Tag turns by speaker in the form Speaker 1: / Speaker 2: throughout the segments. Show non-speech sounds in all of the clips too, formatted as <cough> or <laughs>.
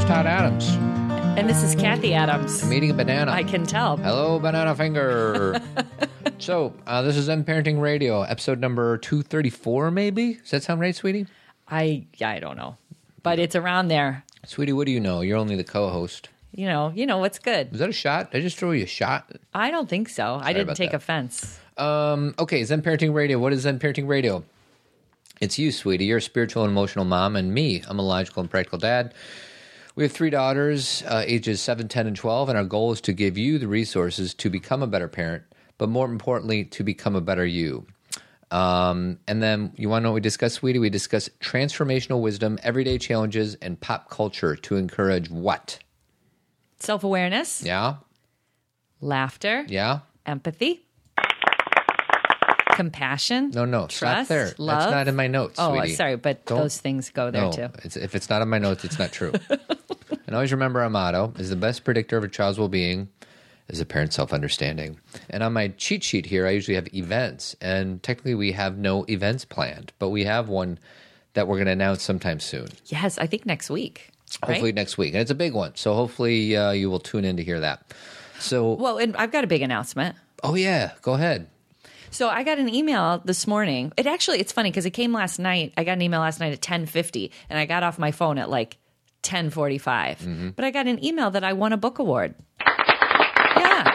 Speaker 1: Scott Adams.
Speaker 2: And this is Kathy Adams.
Speaker 1: I'm eating a banana.
Speaker 2: I can tell.
Speaker 1: Hello, banana finger. so, uh, this is M Parenting Radio, episode number 234, maybe? Does that sound right, sweetie?
Speaker 2: I I don't know, but it's around there.
Speaker 1: Sweetie, what do you know? You're only the co host.
Speaker 2: You know, you know what's good.
Speaker 1: Was that a shot? Did I just throw you a shot?
Speaker 2: I don't think so. I didn't
Speaker 1: about
Speaker 2: take
Speaker 1: that.
Speaker 2: offense.
Speaker 1: Um, okay, Zen Parenting Radio. What is Zen Parenting Radio? It's you, sweetie. You're a spiritual and emotional mom, and me. I'm a logical and practical dad. We have three daughters, uh, ages 7, 10, and 12, and our goal is to give you the resources to become a better parent, but more importantly, to become a better you. Um, and then you want to know what we discuss, sweetie? We discuss transformational wisdom, everyday challenges, and pop culture to encourage what?
Speaker 2: Self awareness,
Speaker 1: Yeah?
Speaker 2: laughter,
Speaker 1: Yeah?
Speaker 2: empathy, compassion.
Speaker 1: No, no. stop
Speaker 2: Trust,
Speaker 1: there.
Speaker 2: love.
Speaker 1: That's not in my notes,
Speaker 2: Oh,
Speaker 1: sweetie.
Speaker 2: sorry, but
Speaker 1: Don't-
Speaker 2: those things go there too.
Speaker 1: Oh, It's, if it's not in my notes, it's not
Speaker 2: <laughs>
Speaker 1: true. and always remember our motto is the best predictor of a child's well being is a parent's self understanding. And on my cheat sheet here, I usually have events. And technically, we have no events planned, but we have one that we're going to announce sometime soon,
Speaker 2: Yes, I think next week. right?
Speaker 1: hopefully next week. And it's a big one. So hopefully, uh, you will tune in to hear that. So,
Speaker 2: Well, and I've got a big announcement.
Speaker 1: oh, yeah, go ahead.
Speaker 2: So I got an email this morning. It actually it's funny because it came last night. I got an email last night at ten fifty, and I got off my phone at like ten
Speaker 1: Mm-hmm.
Speaker 2: But I got an email that I won a book award. Yeah.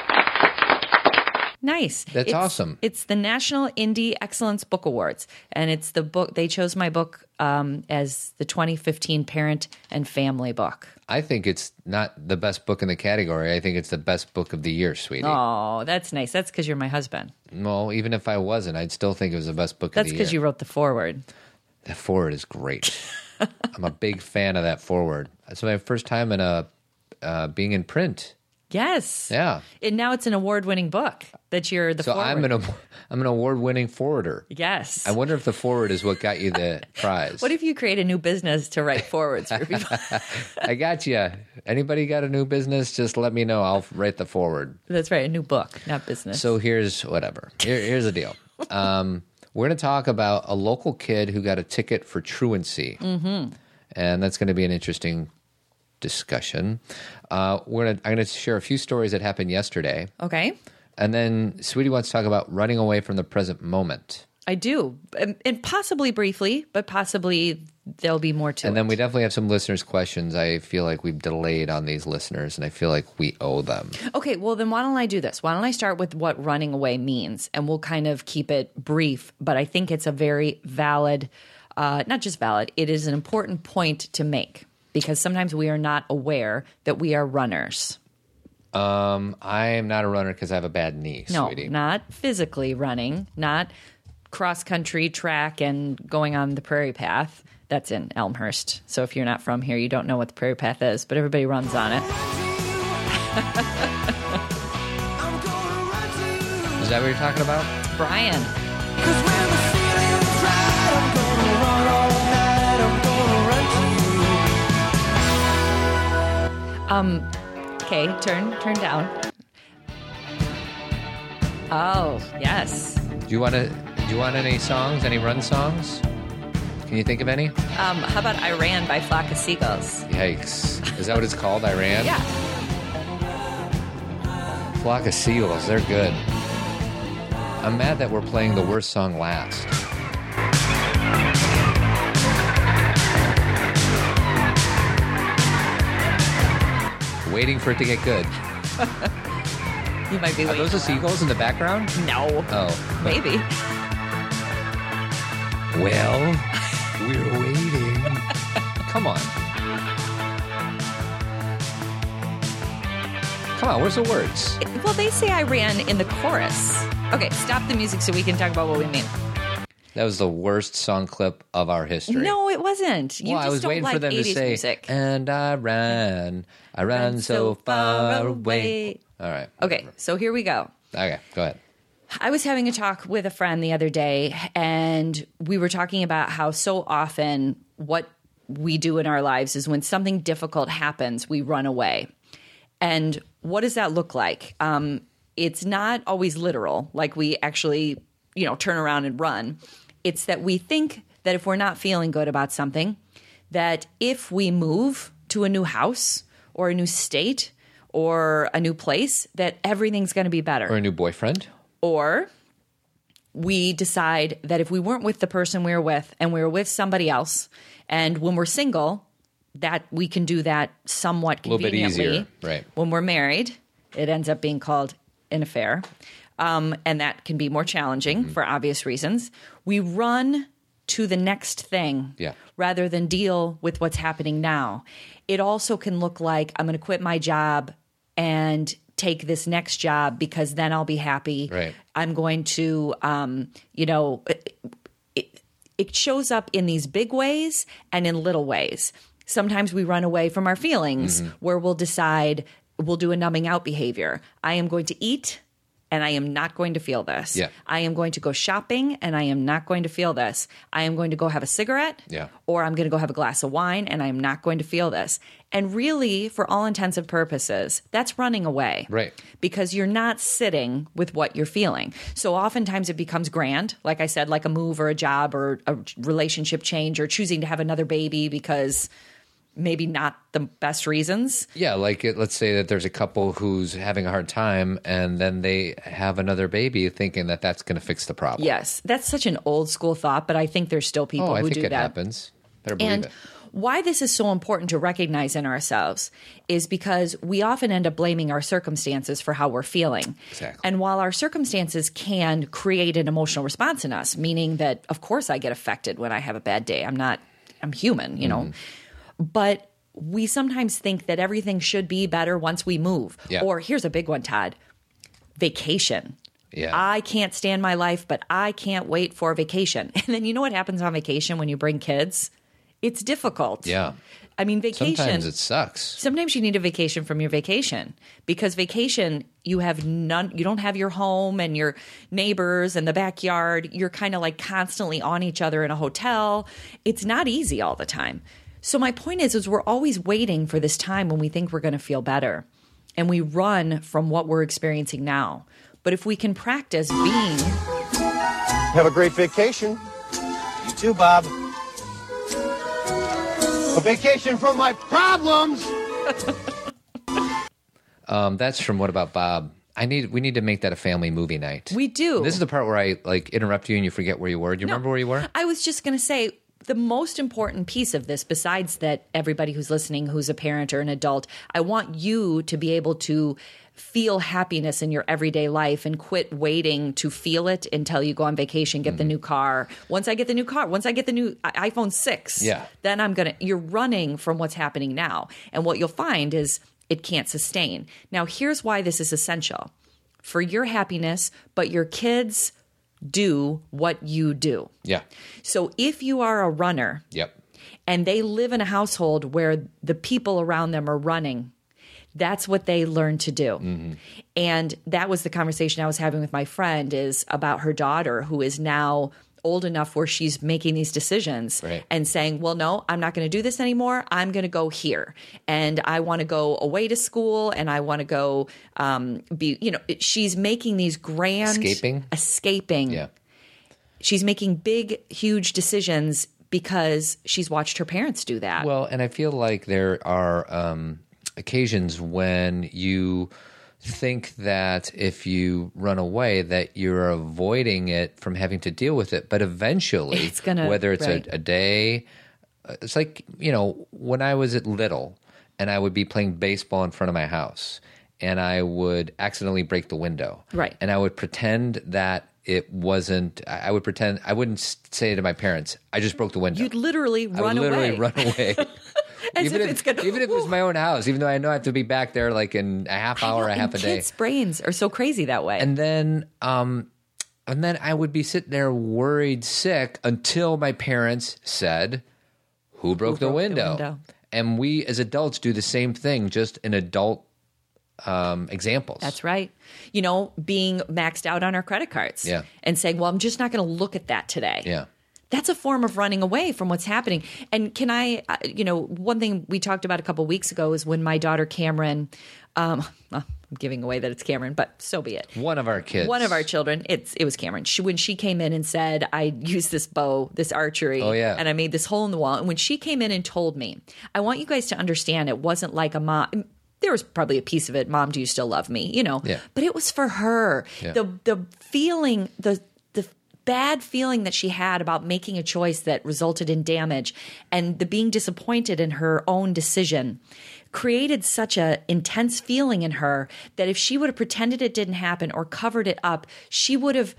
Speaker 2: Nice.
Speaker 1: That's
Speaker 2: It's-
Speaker 1: awesome.
Speaker 2: It's the National Indie Excellence Book Awards, and it's the book they chose my book um, as the 2015 Parent and Family Book.
Speaker 1: I think it's not the best book in the category. I think it's the best book of the year, sweetie.
Speaker 2: Oh, that's nice. That's because you're my husband.
Speaker 1: Well, even if I wasn't, I'd still think it was the best book
Speaker 2: That's
Speaker 1: of the year.
Speaker 2: because you wrote the foreword.
Speaker 1: That forward is
Speaker 2: <laughs>
Speaker 1: great. I'm a big fan of that forward. It's my first time in a uh, being in print.
Speaker 2: Yes.
Speaker 1: Yeah.
Speaker 2: And now it's an award-winning book that you're the.
Speaker 1: So
Speaker 2: forward.
Speaker 1: I'm an am- I'm an award winning forwarder.
Speaker 2: Yes.
Speaker 1: I wonder if the forward is what got you the
Speaker 2: <laughs>
Speaker 1: prize.
Speaker 2: what if you create a new business to write forwards for
Speaker 1: <laughs>
Speaker 2: people?
Speaker 1: I got you. Anybody got a new business? Just let me know. I'll write the forward.
Speaker 2: That's right, a new book, not business.
Speaker 1: So here's whatever. Here, here's the deal. Um, we're going to talk about a local kid who got a ticket for truancy, mm-hmm. and that's going to be an interesting discussion. Uh, we're gonna, I'm going to share a few stories that happened yesterday,
Speaker 2: okay,
Speaker 1: and then Sweetie wants to talk about running away from the present moment.
Speaker 2: I do, and, and possibly briefly, but possibly there'll be more to
Speaker 1: And
Speaker 2: it.
Speaker 1: then we definitely have some listeners' questions. I feel like we've delayed on these listeners, and I feel like we owe them.
Speaker 2: okay, well then, why don't I do this? Why don't I start with what running away means, and we'll kind of keep it brief. But I think it's a very valid, uh, not just valid, it is an important point to make because sometimes we are not aware that we are runners.
Speaker 1: I am Um, not a runner because I have a bad knee,
Speaker 2: No,
Speaker 1: sweetie.
Speaker 2: not physically running, not cross country track and going on the prairie path. That's in Elmhurst. So if you're not from here, you don't know what the prairie path is, but everybody runs on it.
Speaker 1: Is that what you're talking about?
Speaker 2: Brian, okay, turn, turn down. Oh, yes.
Speaker 1: Do you want to? Do you want any songs? Any run songs? Can you think of any?
Speaker 2: Um, how about Iran by Flock of Seagulls?
Speaker 1: Yikes! Is that what it's called? Iran?
Speaker 2: Yeah.
Speaker 1: Flock of seagulls. They're good. I'm mad that we're playing the worst song last. Waiting for it to get good.
Speaker 2: You might be
Speaker 1: Are
Speaker 2: waiting.
Speaker 1: those the seagulls in the background?
Speaker 2: no.
Speaker 1: Oh,
Speaker 2: Maybe.
Speaker 1: Well, we're waiting. Come on. Come on, where's the words?
Speaker 2: Well, they say Iran in the chorus. Okay, stop the music so we can talk about what we mean.
Speaker 1: That was the worst song clip of our history.
Speaker 2: No, it wasn't. You
Speaker 1: well,
Speaker 2: just
Speaker 1: I was
Speaker 2: don't
Speaker 1: waiting
Speaker 2: like
Speaker 1: for them
Speaker 2: 80s
Speaker 1: to say,
Speaker 2: music.
Speaker 1: and I ran, I ran so far away. All right.
Speaker 2: Okay, so here we go.
Speaker 1: Okay, go ahead.
Speaker 2: I was having a talk with a friend the other day, and we were talking about how so often what we do in our lives is when something difficult happens, we run away. And what does that look like? Um, it's not always literal, like we actually, you know, turn around and run. It's that we think that if we're not feeling good about something, that if we move to a new house or a new state or a new place that everything's going to be better.
Speaker 1: or a new boyfriend.
Speaker 2: or we decide that if we weren't with the person we were with and we were with somebody else and when we're single that we can do that somewhat
Speaker 1: little bit
Speaker 2: conveniently
Speaker 1: easier, right.
Speaker 2: when we're married it ends up being called an affair um, and that can be more challenging
Speaker 1: Mm-hmm.
Speaker 2: for obvious reasons we run to the next thing
Speaker 1: Yeah.
Speaker 2: rather than deal with what's happening now. It also can look like I'm going to quit my job and take this next job because then I'll be happy.
Speaker 1: Right.
Speaker 2: I'm going to, um, you know, it, it, it shows up in these big ways and in little ways. Sometimes we run away from our feelings
Speaker 1: Mm-hmm.
Speaker 2: where we'll decide we'll do a numbing out behavior. I am going to eat and I am not going to feel this.
Speaker 1: Yeah.
Speaker 2: I am going to go shopping and I am not going to feel this. I am going to go have a cigarette
Speaker 1: Yeah.
Speaker 2: or I'm going to go have a glass of wine and I'm not going to feel this. And really, for all intents and purposes, that's running away.
Speaker 1: Right.
Speaker 2: Because you're not sitting with what you're feeling. So oftentimes it becomes grand, like I said, like a move or a job or a relationship change or choosing to have another baby because maybe not the best reasons.
Speaker 1: Yeah, like it, let's say that there's a couple who's having a hard time, and then they have another baby, thinking that that's going to fix the problem.
Speaker 2: Yes. That's such an old school thought, but I think there's still people
Speaker 1: oh, I
Speaker 2: who
Speaker 1: think
Speaker 2: do
Speaker 1: it
Speaker 2: that.
Speaker 1: happens. Better believe
Speaker 2: And
Speaker 1: it.
Speaker 2: why this is so important to recognize in ourselves is because we often end up blaming our circumstances for how we're feeling.
Speaker 1: Exactly.
Speaker 2: And while our circumstances can create an emotional response in us, meaning that, of course, I get affected when I have a bad day, I'm not, I'm human, you know. But we sometimes think that everything should be better once we move.
Speaker 1: Yeah.
Speaker 2: Or here's a big one, Todd vacation.
Speaker 1: Yeah.
Speaker 2: I can't stand my life, but I can't wait for vacation. <laughs> And then you know what happens on vacation when you bring kids? It's difficult.
Speaker 1: Yeah.
Speaker 2: I mean, vacation.
Speaker 1: Sometimes it sucks.
Speaker 2: sometimes you need a vacation from your vacation because vacation, you have none, you don't have your home and your neighbors and the backyard. You're kind of like constantly on each other in a hotel. It's not easy all the time. So my point is, is we're always waiting for this time when we think we're going to feel better and we run from what we're experiencing now. But if we can practice being
Speaker 3: Have a great vacation. You too, Bob. A vacation from my problems.
Speaker 1: Um, that's from what about Bob? I need. We need to make that a family movie night.
Speaker 2: We do.
Speaker 1: This is the part where I like interrupt you and you forget where you were. Do you remember where you were?
Speaker 2: I was just going to say the most important piece of this, besides that everybody who's listening who's a parent or an adult, I want you to be able to feel happiness in your everyday life and quit waiting to feel it until you go on vacation, get the new car. Once I get the new car, once I get the new i- iPhone 6,
Speaker 1: Yeah.
Speaker 2: then I'm going to, you're running from what's happening now. And what you'll find is it can't sustain. Now, here's why this is essential for your happiness, but your kids do what you do.
Speaker 1: Yeah.
Speaker 2: So if you are a runner
Speaker 1: Yep.
Speaker 2: and they live in a household where the people around them are running, that's what they learn to do.
Speaker 1: Mm-hmm.
Speaker 2: And that was the conversation I was having with my friend is about her daughter who is now old enough where she's making these decisions
Speaker 1: Right.
Speaker 2: and saying, "Well, no, I'm not going to do this anymore. I'm going to go here, and I want to go away to school, and I want to go um, be." You know, she's making these grand
Speaker 1: Escaping?
Speaker 2: escaping,
Speaker 1: Yeah.
Speaker 2: she's making big, huge decisions because she's watched her parents do that.
Speaker 1: Well, and I feel like there are um, occasions when you think that if you run away that you're avoiding it from having to deal with it but eventually
Speaker 2: It's gonna-
Speaker 1: whether it's
Speaker 2: right.
Speaker 1: a, a day uh, it's like you know when i was at little and i would be playing baseball in front of my house and i would accidentally break the window
Speaker 2: Right.
Speaker 1: and i would pretend that it wasn't i I would pretend i wouldn't s- say to my parents i just broke the window
Speaker 2: You'd literally
Speaker 1: I would
Speaker 2: run
Speaker 1: literally
Speaker 2: away.
Speaker 1: run
Speaker 2: <laughs>
Speaker 1: away. even
Speaker 2: if
Speaker 1: if,
Speaker 2: it's gonna-
Speaker 1: even if it was my own house, even though I know I have to be back there like in a half hour, a
Speaker 2: And
Speaker 1: half a day.
Speaker 2: Kids' brains are so crazy that way.
Speaker 1: And then, um, and then I would be sitting there worried sick until my parents said, "Who broke, the,
Speaker 2: broke the
Speaker 1: window?
Speaker 2: window?
Speaker 1: And we as adults do the same thing, just in adult um, examples.
Speaker 2: That's right. You know, being maxed out on our credit cards
Speaker 1: Yeah.
Speaker 2: and saying, well, I'm just not going to look at that today.
Speaker 1: Yeah.
Speaker 2: That's a form of running away from what's happening. And can I, uh, you know, one thing we talked about a couple weeks ago is when my daughter Cameron, um, <laughs> uh, I'm giving away that it's Cameron, but so be it.
Speaker 1: One of our kids.
Speaker 2: One of our children. It's it was Cameron. She, when she came in and said, "I used this bow, this archery,
Speaker 1: Oh, yeah.
Speaker 2: and I made this hole in the wall," and when she came in and told me, I want you guys to understand, it wasn't like a mom. There was probably a piece of it. Mom, do you still love me? You know,
Speaker 1: Yeah.
Speaker 2: but it was for her.
Speaker 1: Yeah.
Speaker 2: The the feeling the the bad feeling that she had about making a choice that resulted in damage and the being disappointed in her own decision created such a intense feeling in her that if she would have pretended it didn't happen or covered it up she would have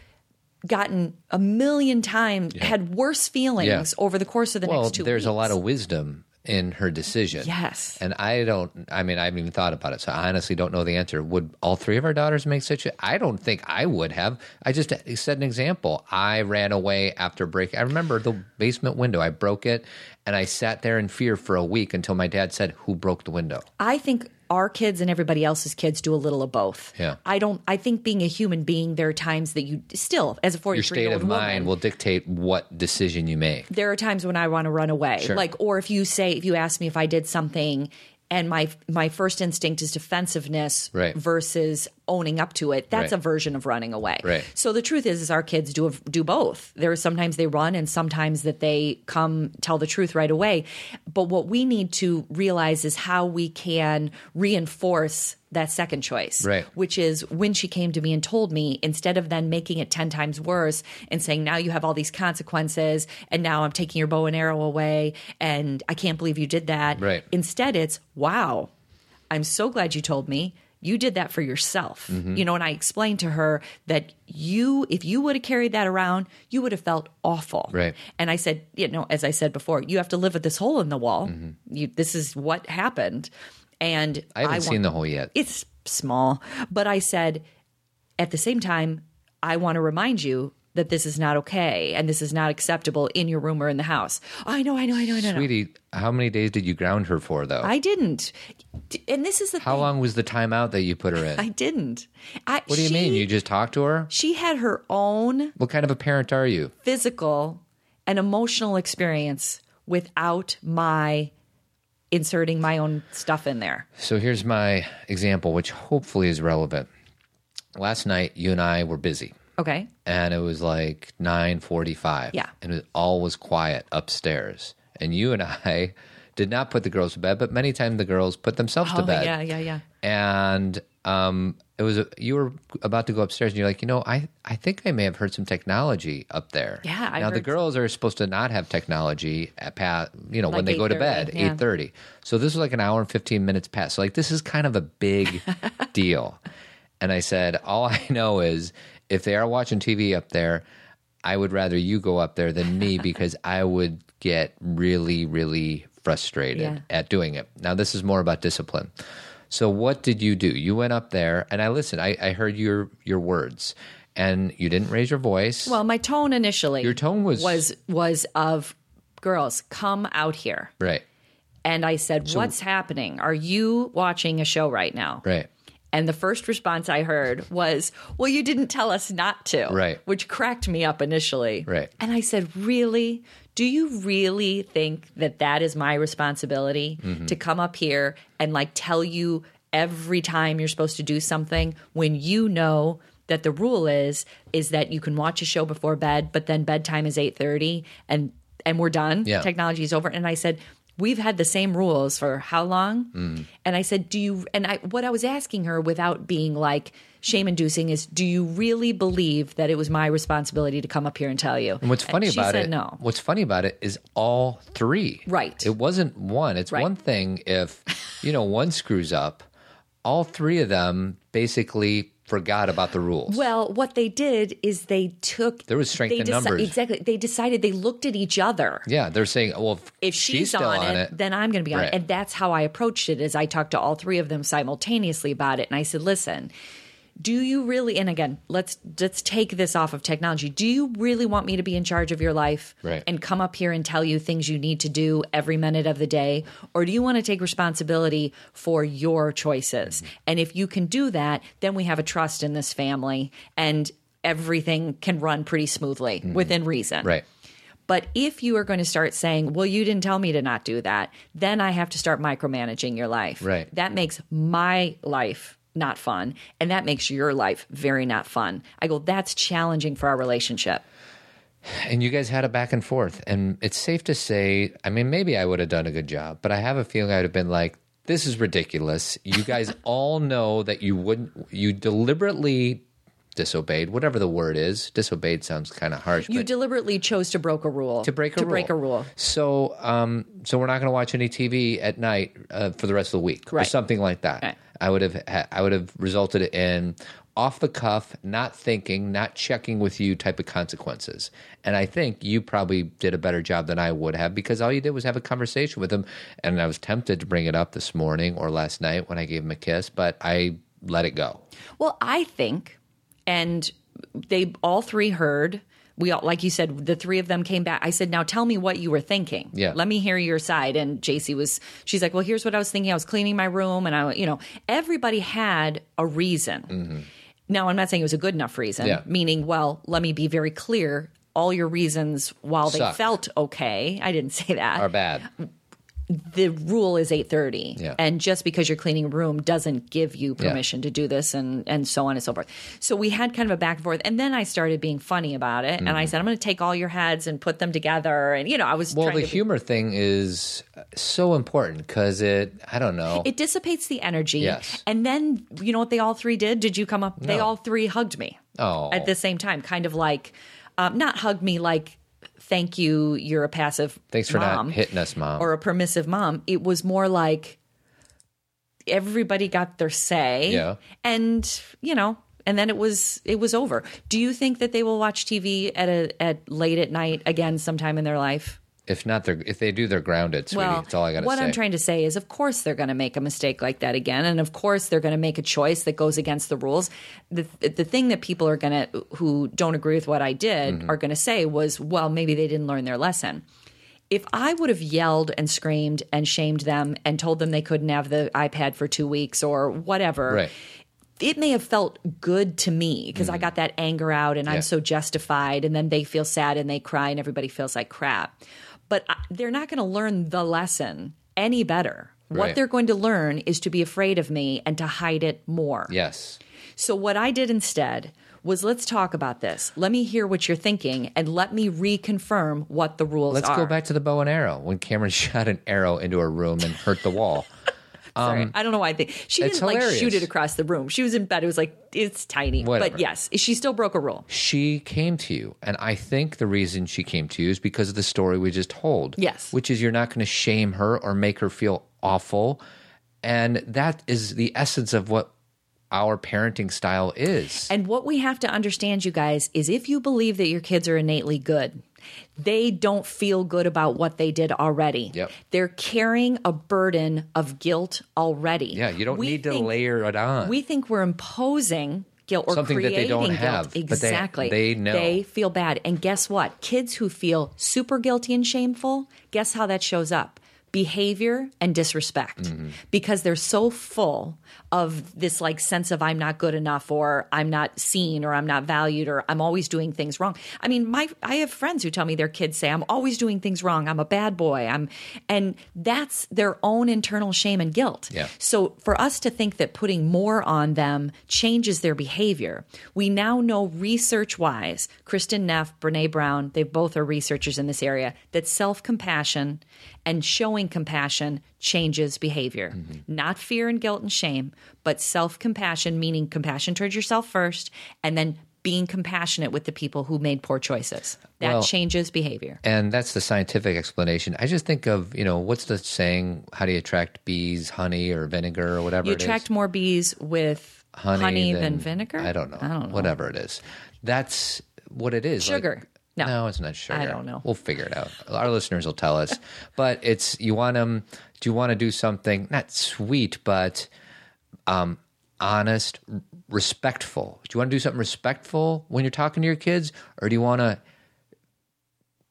Speaker 2: gotten a million times had worse feelings over the course of the
Speaker 1: well,
Speaker 2: next two
Speaker 1: there's a lot
Speaker 2: weeks.
Speaker 1: of wisdom in her decision.
Speaker 2: Yes.
Speaker 1: And I don't, I mean, I haven't even thought about it. So I honestly don't know the answer. Would all three of our daughters make such a, I don't think I would have. I just set an example. I ran away after break. I remember the basement window. I broke it and I sat there in fear for a week until my dad said, who broke the window?
Speaker 2: I think our kids and everybody else's kids do a little of both.
Speaker 1: Yeah.
Speaker 2: I don't. I think being a human being, there are times that you still, as a
Speaker 1: Your
Speaker 2: forty-three
Speaker 1: state
Speaker 2: year old
Speaker 1: of mind will dictate what decision you make.
Speaker 2: there are times when I want to run away.
Speaker 1: Sure.
Speaker 2: Like, or if you say, if you ask me if I did something, and my my first instinct is defensiveness
Speaker 1: Right.
Speaker 2: versus owning up to it. That's
Speaker 1: Right.
Speaker 2: a version of running away.
Speaker 1: Right.
Speaker 2: So the truth is, is our kids do do both. There are sometimes they run, and sometimes that they come tell the truth right away. But what we need to realize is how we can reinforce that second choice
Speaker 1: Right.
Speaker 2: which is when she came to me and told me, instead of then making it 10 times worse and saying, now you have all these consequences, and now I'm taking your bow and arrow away, and I can't believe you did that.
Speaker 1: Right.
Speaker 2: Instead, it's, wow, I'm so glad you told me. You did that for yourself.
Speaker 1: Mm-hmm.
Speaker 2: You know, and I explained to her that you, if you would have carried that around, you would have felt awful.
Speaker 1: Right.
Speaker 2: And I said, you know, as I said before, you have to live with this hole in the wall. You, this is what happened. And
Speaker 1: Mm-hmm. I haven't seen
Speaker 2: want-
Speaker 1: the whole yet.
Speaker 2: it's small. But I said, at the same time, I want to remind you that this is not okay and this is not acceptable in your room or in the house. I know, I know, I know, I know. I know.
Speaker 1: Sweetie, how many days did you ground her for though?
Speaker 2: I didn't. D- And this is the
Speaker 1: how
Speaker 2: thing.
Speaker 1: long was the timeout that you put her in?
Speaker 2: I didn't. I,
Speaker 1: what do you
Speaker 2: she,
Speaker 1: mean? You just talked to her?
Speaker 2: she had her own
Speaker 1: What kind of a parent are you?
Speaker 2: physical and emotional experience without my inserting my own stuff in there.
Speaker 1: So here's my example, which hopefully is relevant. Last night, you and I were busy,
Speaker 2: Okay.
Speaker 1: and it was like nine forty-five.
Speaker 2: Yeah.
Speaker 1: and it all was quiet upstairs. And you and I <laughs> did not put the girls to bed, but many times the girls put themselves to
Speaker 2: Oh,
Speaker 1: bed.
Speaker 2: yeah, yeah, yeah.
Speaker 1: And um, it was you were about to go upstairs, and you're like, you know, I I think I may have heard some technology up there.
Speaker 2: Yeah, I
Speaker 1: now the
Speaker 2: heard-
Speaker 1: girls are supposed to not have technology at pat, you know, when
Speaker 2: Like
Speaker 1: they go to bed,
Speaker 2: 8:30, yeah.
Speaker 1: eight thirty. So this was like an hour and fifteen minutes past. So like this is kind of a
Speaker 2: <laughs>
Speaker 1: big deal. And I said, all I know is if they are watching TV up there, I would rather you go up there than
Speaker 2: <laughs>
Speaker 1: me because I would get really, really frustrated
Speaker 2: Yeah.
Speaker 1: at doing it. Now this is more about discipline. So what did you do? You went up there and I listened. I, I heard your your words and you didn't raise your voice.
Speaker 2: Well, my tone initially
Speaker 1: your tone was
Speaker 2: was was of girls come out here
Speaker 1: right.
Speaker 2: and i said what's happening are you watching a show right now
Speaker 1: Right.
Speaker 2: and the first response i heard was well you didn't tell us not to
Speaker 1: Right.
Speaker 2: which cracked me up initially
Speaker 1: Right.
Speaker 2: and i said really do you really think that that is my responsibility to come up here and like tell you every time you're supposed to do something when you know that the rule is is that you can watch a show before bed but then bedtime is 8:30 and and we're done
Speaker 1: Yeah.
Speaker 2: technology is over and i said we've had the same rules for how long and i said do you and i what i was asking her without being like shame inducing is do you really believe that it was my responsibility to come up here and tell you
Speaker 1: And what's funny
Speaker 2: she
Speaker 1: about
Speaker 2: said
Speaker 1: it?
Speaker 2: no
Speaker 1: What's funny about it is all three.
Speaker 2: Right.
Speaker 1: It wasn't one. It's
Speaker 2: Right.
Speaker 1: one thing if you know one screws up. All three of them basically forgot about the rules.
Speaker 2: well what they did is they took
Speaker 1: There was strength
Speaker 2: they
Speaker 1: in numbers.
Speaker 2: exactly they decided they looked at each other
Speaker 1: yeah, they're saying, well, if,
Speaker 2: if she's,
Speaker 1: still
Speaker 2: on,
Speaker 1: on,
Speaker 2: it, then I'm going to be on
Speaker 1: Right.
Speaker 2: it. And that's how I approached it is I talked to all three of them simultaneously about it and I said, "Listen, do you really and again, let's let's take this off of technology. Do you really want me to be in charge of your life
Speaker 1: Right.
Speaker 2: and come up here and tell you things you need to do every minute of the day or do you want to take responsibility for your choices?
Speaker 1: Mm-hmm.
Speaker 2: And if you can do that, then we have a trust in this family and everything can run pretty smoothly within reason.
Speaker 1: Mm-hmm. right.
Speaker 2: But if you are going to start saying, well, you didn't tell me to not do that, then I have to start micromanaging your life.
Speaker 1: Right.
Speaker 2: That makes my life not fun. And that makes your life very not fun. I go, that's challenging for our relationship.
Speaker 1: And you guys had a back and forth. And it's safe to say, I mean, maybe I would have done a good job, but I have a feeling I would have been like, this is ridiculous. You guys <laughs> all know that you wouldn't, you deliberately disobeyed, whatever the word is. Disobeyed sounds kind of harsh.
Speaker 2: You
Speaker 1: but
Speaker 2: deliberately chose to break a rule.
Speaker 1: to break a
Speaker 2: to
Speaker 1: rule.
Speaker 2: break a rule.
Speaker 1: So, um, so we're not going to watch any TV at night uh, for the rest of the week, or
Speaker 2: Right.
Speaker 1: something like that.
Speaker 2: Right.
Speaker 1: I would have, ha- I would have resulted in off the cuff, not thinking, not checking with you type of consequences. And I think you probably did a better job than I would have because all you did was have a conversation with him. And I was tempted to bring it up this morning or last night when I gave him a kiss, but I let it go.
Speaker 2: Well, I think, and they all three heard. We all, like you said, the three of them came back. I said, "Now tell me what you were thinking.
Speaker 1: Yeah.
Speaker 2: let me hear your side." And JC was, she's like, "Well, here's what I was thinking. I was cleaning my room, and I, you know, everybody had a reason." Now, I'm not saying it was a good enough reason.
Speaker 1: Mm-hmm. Yeah.
Speaker 2: Meaning, well, let me be very clear. All your reasons, while they
Speaker 1: Suck.
Speaker 2: felt okay, I didn't say that
Speaker 1: Are bad.
Speaker 2: the rule is 8.30
Speaker 1: Yeah.
Speaker 2: and just because you're cleaning a room doesn't give you permission to do this and and so on and so forth so we had kind of a back and forth and then i started being funny about it and i said i'm going to take all your heads and put them together and you know i was
Speaker 1: Mm-hmm. Well,
Speaker 2: trying
Speaker 1: the
Speaker 2: to be-
Speaker 1: humor thing is so important because it, I don't know.
Speaker 2: it dissipates the energy
Speaker 1: Yes.
Speaker 2: and then you know what they all three did did you come up they
Speaker 1: No.
Speaker 2: all three hugged me
Speaker 1: Oh.
Speaker 2: at the same time kind of like um, not hugged me like thank you you're a passive
Speaker 1: Thanks for
Speaker 2: mom."
Speaker 1: not hitting us, mom.
Speaker 2: or a permissive mom. It was more like everybody got their say.
Speaker 1: Yeah.
Speaker 2: And, you know, and then it was it was over. Do you think that they will watch TV at a at late at night again sometime in their life?
Speaker 1: If not, they're if they do, they're grounded, sweetie.
Speaker 2: Well,
Speaker 1: That's all I got to say.
Speaker 2: what I'm trying to say is, of course, they're going to make a mistake like that again, and of course, they're going to make a choice that goes against the rules. The the thing that people are going to who don't agree with what I did
Speaker 1: Mm-hmm.
Speaker 2: are going to say was, well, maybe they didn't learn their lesson. If I would have yelled and screamed and shamed them and told them they couldn't have the iPad for two weeks or whatever,
Speaker 1: Right.
Speaker 2: it may have felt good to me because I got that anger out and
Speaker 1: Mm. Yeah.
Speaker 2: I'm so justified. And then they feel sad and they cry and everybody feels like crap. But I, they're not going to learn the lesson any better.
Speaker 1: Right.
Speaker 2: What they're going to learn is to be afraid of me and to hide it more.
Speaker 1: Yes.
Speaker 2: So, what I did instead was let's talk about this. Let me hear what you're thinking and let me reconfirm what the rules
Speaker 1: Let's
Speaker 2: are.
Speaker 1: go back to the bow and arrow when Cameron <laughs> shot an arrow into her room and hurt the wall.
Speaker 2: Sorry. I don't know why I think she
Speaker 1: Um, it's
Speaker 2: didn't like shoot
Speaker 1: hilarious.
Speaker 2: it across the room. She was in bed. It was like, it's tiny.
Speaker 1: Whatever.
Speaker 2: But yes, she still broke a rule.
Speaker 1: she came to you, and I think the reason she came to you is because of the story we just told.
Speaker 2: Yes.
Speaker 1: Which is you're not going to shame her or make her feel awful, and that is the essence of what our parenting style is.
Speaker 2: And what we have to understand, you guys, is if you believe that your kids are innately good, they don't feel good about what they did already.
Speaker 1: Yep.
Speaker 2: They're carrying a burden of guilt already.
Speaker 1: yeah, you don't
Speaker 2: We
Speaker 1: need to
Speaker 2: think-
Speaker 1: layer it on.
Speaker 2: We think we're imposing guilt or
Speaker 1: Something that
Speaker 2: creating
Speaker 1: they don't
Speaker 2: guilt.
Speaker 1: have, but they-
Speaker 2: exactly.
Speaker 1: they know.
Speaker 2: They feel bad. And guess what? Kids who feel super guilty and shameful, guess how that shows up? Behavior and disrespect
Speaker 1: Mm-hmm.
Speaker 2: because they're so full of this like sense of I'm not good enough or I'm not seen or I'm not valued or I'm always doing things wrong. I mean, my I have friends who tell me their kids say I'm always doing things wrong. I'm a bad boy. I'm and that's their own internal shame and guilt.
Speaker 1: Yeah.
Speaker 2: So for us to think that putting more on them changes their behavior, we now know research wise, Kristen Neff, Brene Brown, they both are researchers in this area, that self compassion and showing compassion changes behavior.
Speaker 1: Mm-hmm.
Speaker 2: Not fear and guilt and shame, but self compassion, meaning compassion towards yourself first, and then being compassionate with the people who made poor choices. That
Speaker 1: Well-
Speaker 2: changes behavior.
Speaker 1: and that's the scientific explanation. I just think of you know what's the saying? How do you attract bees? Honey or vinegar or whatever.
Speaker 2: You
Speaker 1: it is?
Speaker 2: attract more bees with honey, than, vinegar?
Speaker 1: I don't know.
Speaker 2: I don't know.
Speaker 1: Whatever it is, that's what it is. like-
Speaker 2: Sugar.
Speaker 1: no.
Speaker 2: No.
Speaker 1: it's not sugar.
Speaker 2: don't know.
Speaker 1: We'll figure it out. Our listeners will tell
Speaker 2: <laughs>
Speaker 1: us. But it's you want them. Do you want to do something not sweet, but um, honest, r- respectful? Do you want to do something respectful when you're talking to your kids, or do you want to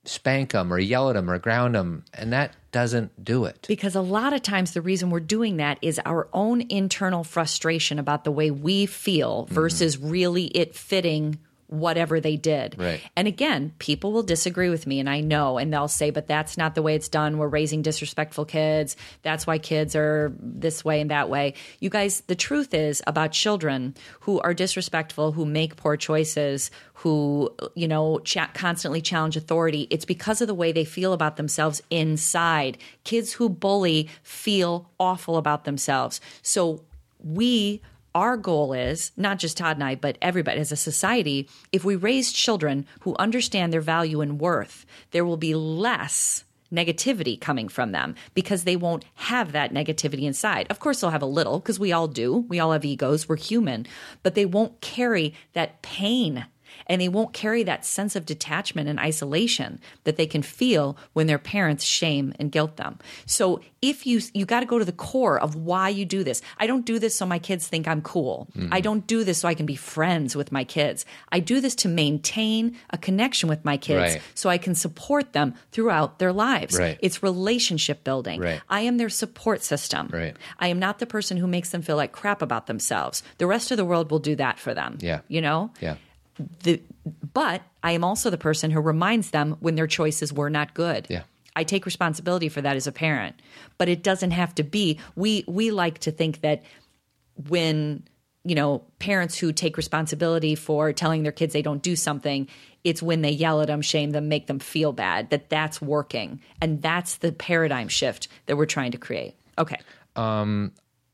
Speaker 1: spank them, or yell at them, or ground them? And that doesn't do it.
Speaker 2: Because a lot of times the reason we're doing that is our own internal frustration about the way we feel versus really it fitting whatever they did.
Speaker 1: Right.
Speaker 2: And again, people will disagree with me, and I know, and they'll say, but that's not the way it's done. We're raising disrespectful kids. That's why kids are this way and that way. You guys, the truth is about children who are disrespectful, who make poor choices, who, you know, cha- constantly challenge authority. It's because of the way they feel about themselves inside. Kids who bully feel awful about themselves. So we our goal is not just Todd and I, but everybody as a society, if we raise children who understand their value and worth, there will be less negativity coming from them because they won't have that negativity inside. Of course, they'll have a little because we all do. We all have egos. We're human, but they won't carry that pain and they won't carry that sense of detachment and isolation that they can feel when their parents shame and guilt them. So if you you got to go to the core of why you do this. I don't do this so my kids think I'm cool.
Speaker 1: Hmm.
Speaker 2: I don't do this so I can be friends with my kids. I do this to maintain a connection with my kids
Speaker 1: Right.
Speaker 2: so I can support them throughout their lives.
Speaker 1: Right.
Speaker 2: It's relationship building.
Speaker 1: Right.
Speaker 2: I am their support system.
Speaker 1: Right.
Speaker 2: I am not the person who makes them feel like crap about themselves. The rest of the world will do that for them.
Speaker 1: Yeah.
Speaker 2: You know?
Speaker 1: Yeah.
Speaker 2: the but I am also the person who reminds them when their choices were not good.
Speaker 1: Yeah.
Speaker 2: I take responsibility for that as a parent. But it doesn't have to be we we like to think that when you know parents who take responsibility for telling their kids they don't do something it's when they yell at them shame them make them feel bad that that's working and that's the paradigm shift that we're trying to create okay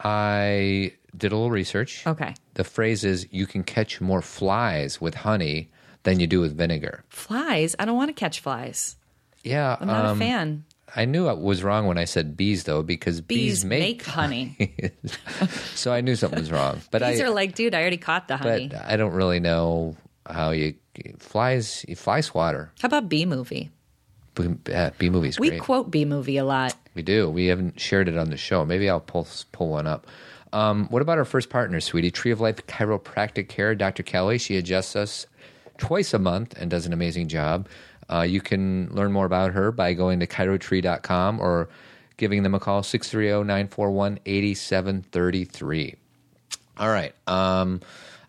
Speaker 1: I did a little research.
Speaker 2: okay
Speaker 1: The phrase is you can catch more flies with honey than you do with vinegar.
Speaker 2: flies i don't want to catch flies
Speaker 1: Yeah.
Speaker 2: i'm not
Speaker 1: um,
Speaker 2: a fan
Speaker 1: I knew I was wrong when I said bees, though, because bees,
Speaker 2: bees make honey
Speaker 1: <laughs> so I knew something was wrong. But
Speaker 2: These
Speaker 1: I,
Speaker 2: are like, dude, I already caught the honey.
Speaker 1: but I don't really know how you flies. You fly swatter.
Speaker 2: How about B movie?
Speaker 1: Bee, uh, bee movies.
Speaker 2: We
Speaker 1: great.
Speaker 2: quote B movie a lot.
Speaker 1: we do. We haven't shared it on the show. Maybe I'll pull pull one up. Um, what about our first partner, sweetie? Tree of Life Chiropractic Care, Dr. Kelly. She adjusts us twice a month and does an amazing job. Uh, you can learn more about her by going to chirotree.com or giving them a call 630 941 8733. All right. Um,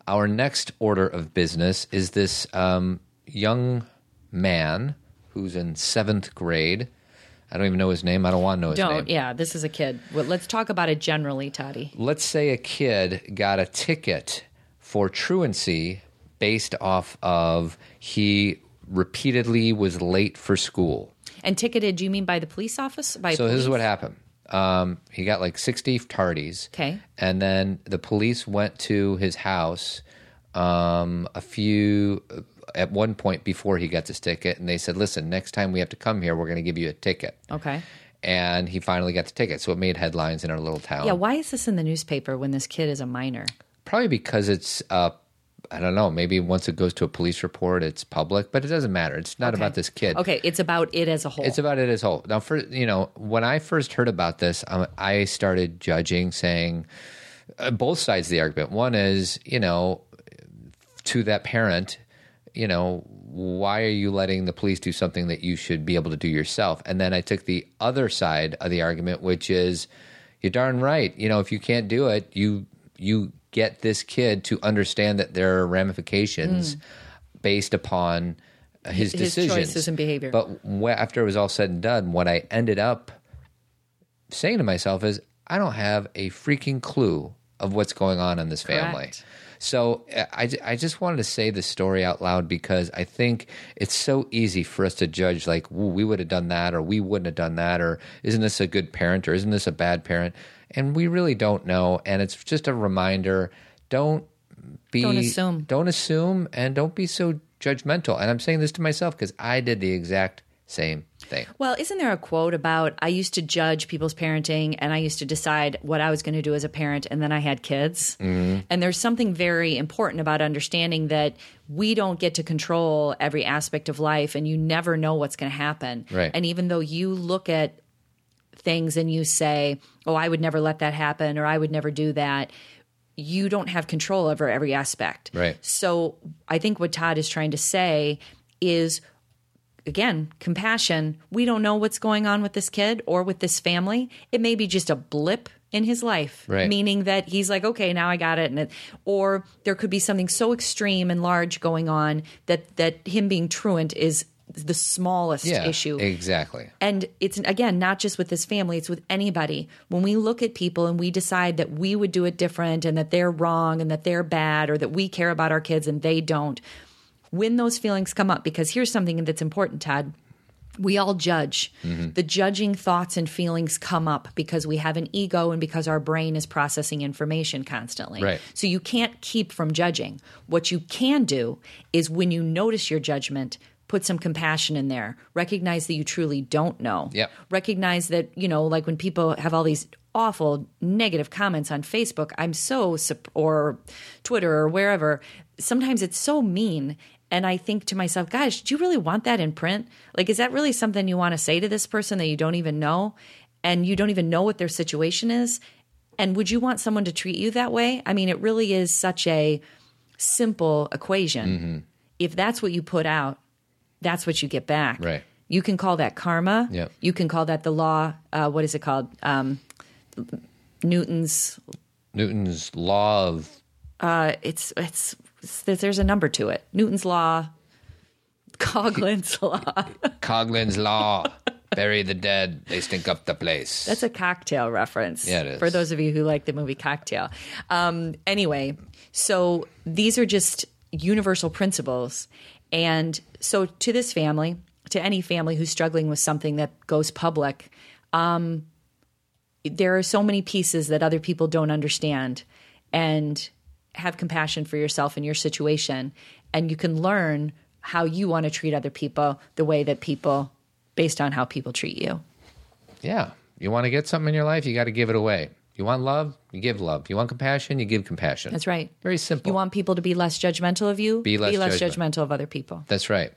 Speaker 1: our next order of business is this um, young man who's in seventh grade. I don't even know his name. I don't want to know his name.
Speaker 2: Don't. Yeah, this is a kid. Well, let's talk about it generally, Toddy.
Speaker 1: Let's say a kid got a ticket for truancy based off of he repeatedly was late for school.
Speaker 2: And ticketed, do you mean by the police office? By
Speaker 1: So
Speaker 2: police?
Speaker 1: this is what happened. Um, he got like 60 tardies.
Speaker 2: Okay.
Speaker 1: And then the police went to his house um, a few uh, at one point before he got this ticket, and they said, "Listen, next time we have to come here, we're going to give you a ticket."
Speaker 2: Okay.
Speaker 1: And he finally got the ticket, so it made headlines in our little town.
Speaker 2: Yeah, why is this in the newspaper when this kid is a minor?
Speaker 1: Probably because it's. Uh, I don't know. Maybe once it goes to a police report, it's public, but it doesn't matter. It's not about this kid.
Speaker 2: Okay, it's about it as a whole.
Speaker 1: It's about it as whole. Now, for you know, when I first heard about this, um, I started judging, saying uh, both sides of the argument. One is, you know, to that parent, you know, why are you letting the police do something that you should be able to do yourself? And then I took the other side of the argument, which is, you're darn right. You know, if you can't do it, you you get this kid to understand that there are ramifications based upon his,
Speaker 2: Mm. His
Speaker 1: decisions,
Speaker 2: choices and behavior.
Speaker 1: But wh- after it was all said and done, what I ended up saying to myself is, I don't have a freaking clue of what's going on in this family.
Speaker 2: Correct.
Speaker 1: So uh, I, I just wanted to say this story out loud because I think it's so easy for us to judge, like, Ooh, we would have done that or we wouldn't have done that, or isn't this a good parent or isn't this a bad parent? And we really don't know. And it's just a reminder don't be,
Speaker 2: Don't assume.
Speaker 1: Don't assume and don't be so judgmental. And I'm saying this to myself because I did the exact same thing.
Speaker 2: Well, isn't there a quote about I used to judge people's parenting and I used to decide what I was going to do as a parent and then I had kids?
Speaker 1: Mm-hmm.
Speaker 2: And there's something very important about understanding that we don't get to control every aspect of life and you never know what's going to happen.
Speaker 1: Right.
Speaker 2: And even though you look at things and you say, "Oh, I would never let that happen," or "I would never do that," you don't have control over every aspect.
Speaker 1: Right.
Speaker 2: So, I think what Todd is trying to say is again, compassion. We don't know what's going on with this kid or with this family. It may be just a blip in his life,
Speaker 1: Right.
Speaker 2: meaning that he's like, okay, now I got it, and it, or there could be something so extreme and large going on that that him being truant is the smallest
Speaker 1: yeah,
Speaker 2: issue.
Speaker 1: exactly.
Speaker 2: And it's again not just with this family, it's with anybody. When we look at people and we decide that we would do it different and that they're wrong and that they're bad or that we care about our kids and they don't, when those feelings come up, because here's something that's important, Todd. We all judge. The judging thoughts and feelings come up because we have an ego and because our brain is processing information constantly.
Speaker 1: Right.
Speaker 2: So you can't keep from judging. What you can do is when you notice your judgment, put some compassion in there. Recognize that you truly don't know.
Speaker 1: Yep.
Speaker 2: Recognize that, you know, like when people have all these awful negative comments on Facebook, I'm so sup- or Twitter or wherever, sometimes it's so mean and I think to myself, gosh, do you really want that in print? Like is that really something you want to say to this person that you don't even know and you don't even know what their situation is? And would you want someone to treat you that way? I mean, it really is such a simple equation.
Speaker 1: Mm-hmm.
Speaker 2: If that's what you put out, that's what you get back.
Speaker 1: Right.
Speaker 2: You can call that karma.
Speaker 1: Yep.
Speaker 2: You can call that the law. Uh, what is it called? Um, Newton's.
Speaker 1: Newton's law of
Speaker 2: Uh, it's, it's it's there's a number to it. Newton's law. <laughs> Coughlin's law.
Speaker 1: Coughlin's
Speaker 2: <laughs>
Speaker 1: law. Bury the dead. They stink up the place.
Speaker 2: That's a cocktail reference.
Speaker 1: Yeah, it is.
Speaker 2: For those of you who like the movie Cocktail. Um, anyway, so these are just universal principles. And so to this family, to any family who's struggling with something that goes public, um, there are so many pieces that other people don't understand. And have compassion for yourself and your situation. And you can learn how you want to treat other people the way that people, based on how people treat you.
Speaker 1: yeah. You want to get something in your life, you got to give it away. You want love, you give love. You want compassion, you give compassion.
Speaker 2: That's right.
Speaker 1: Very simple.
Speaker 2: You want people to be less judgmental of you.
Speaker 1: Be less judgment.
Speaker 2: judgmental of other people.
Speaker 1: That's right.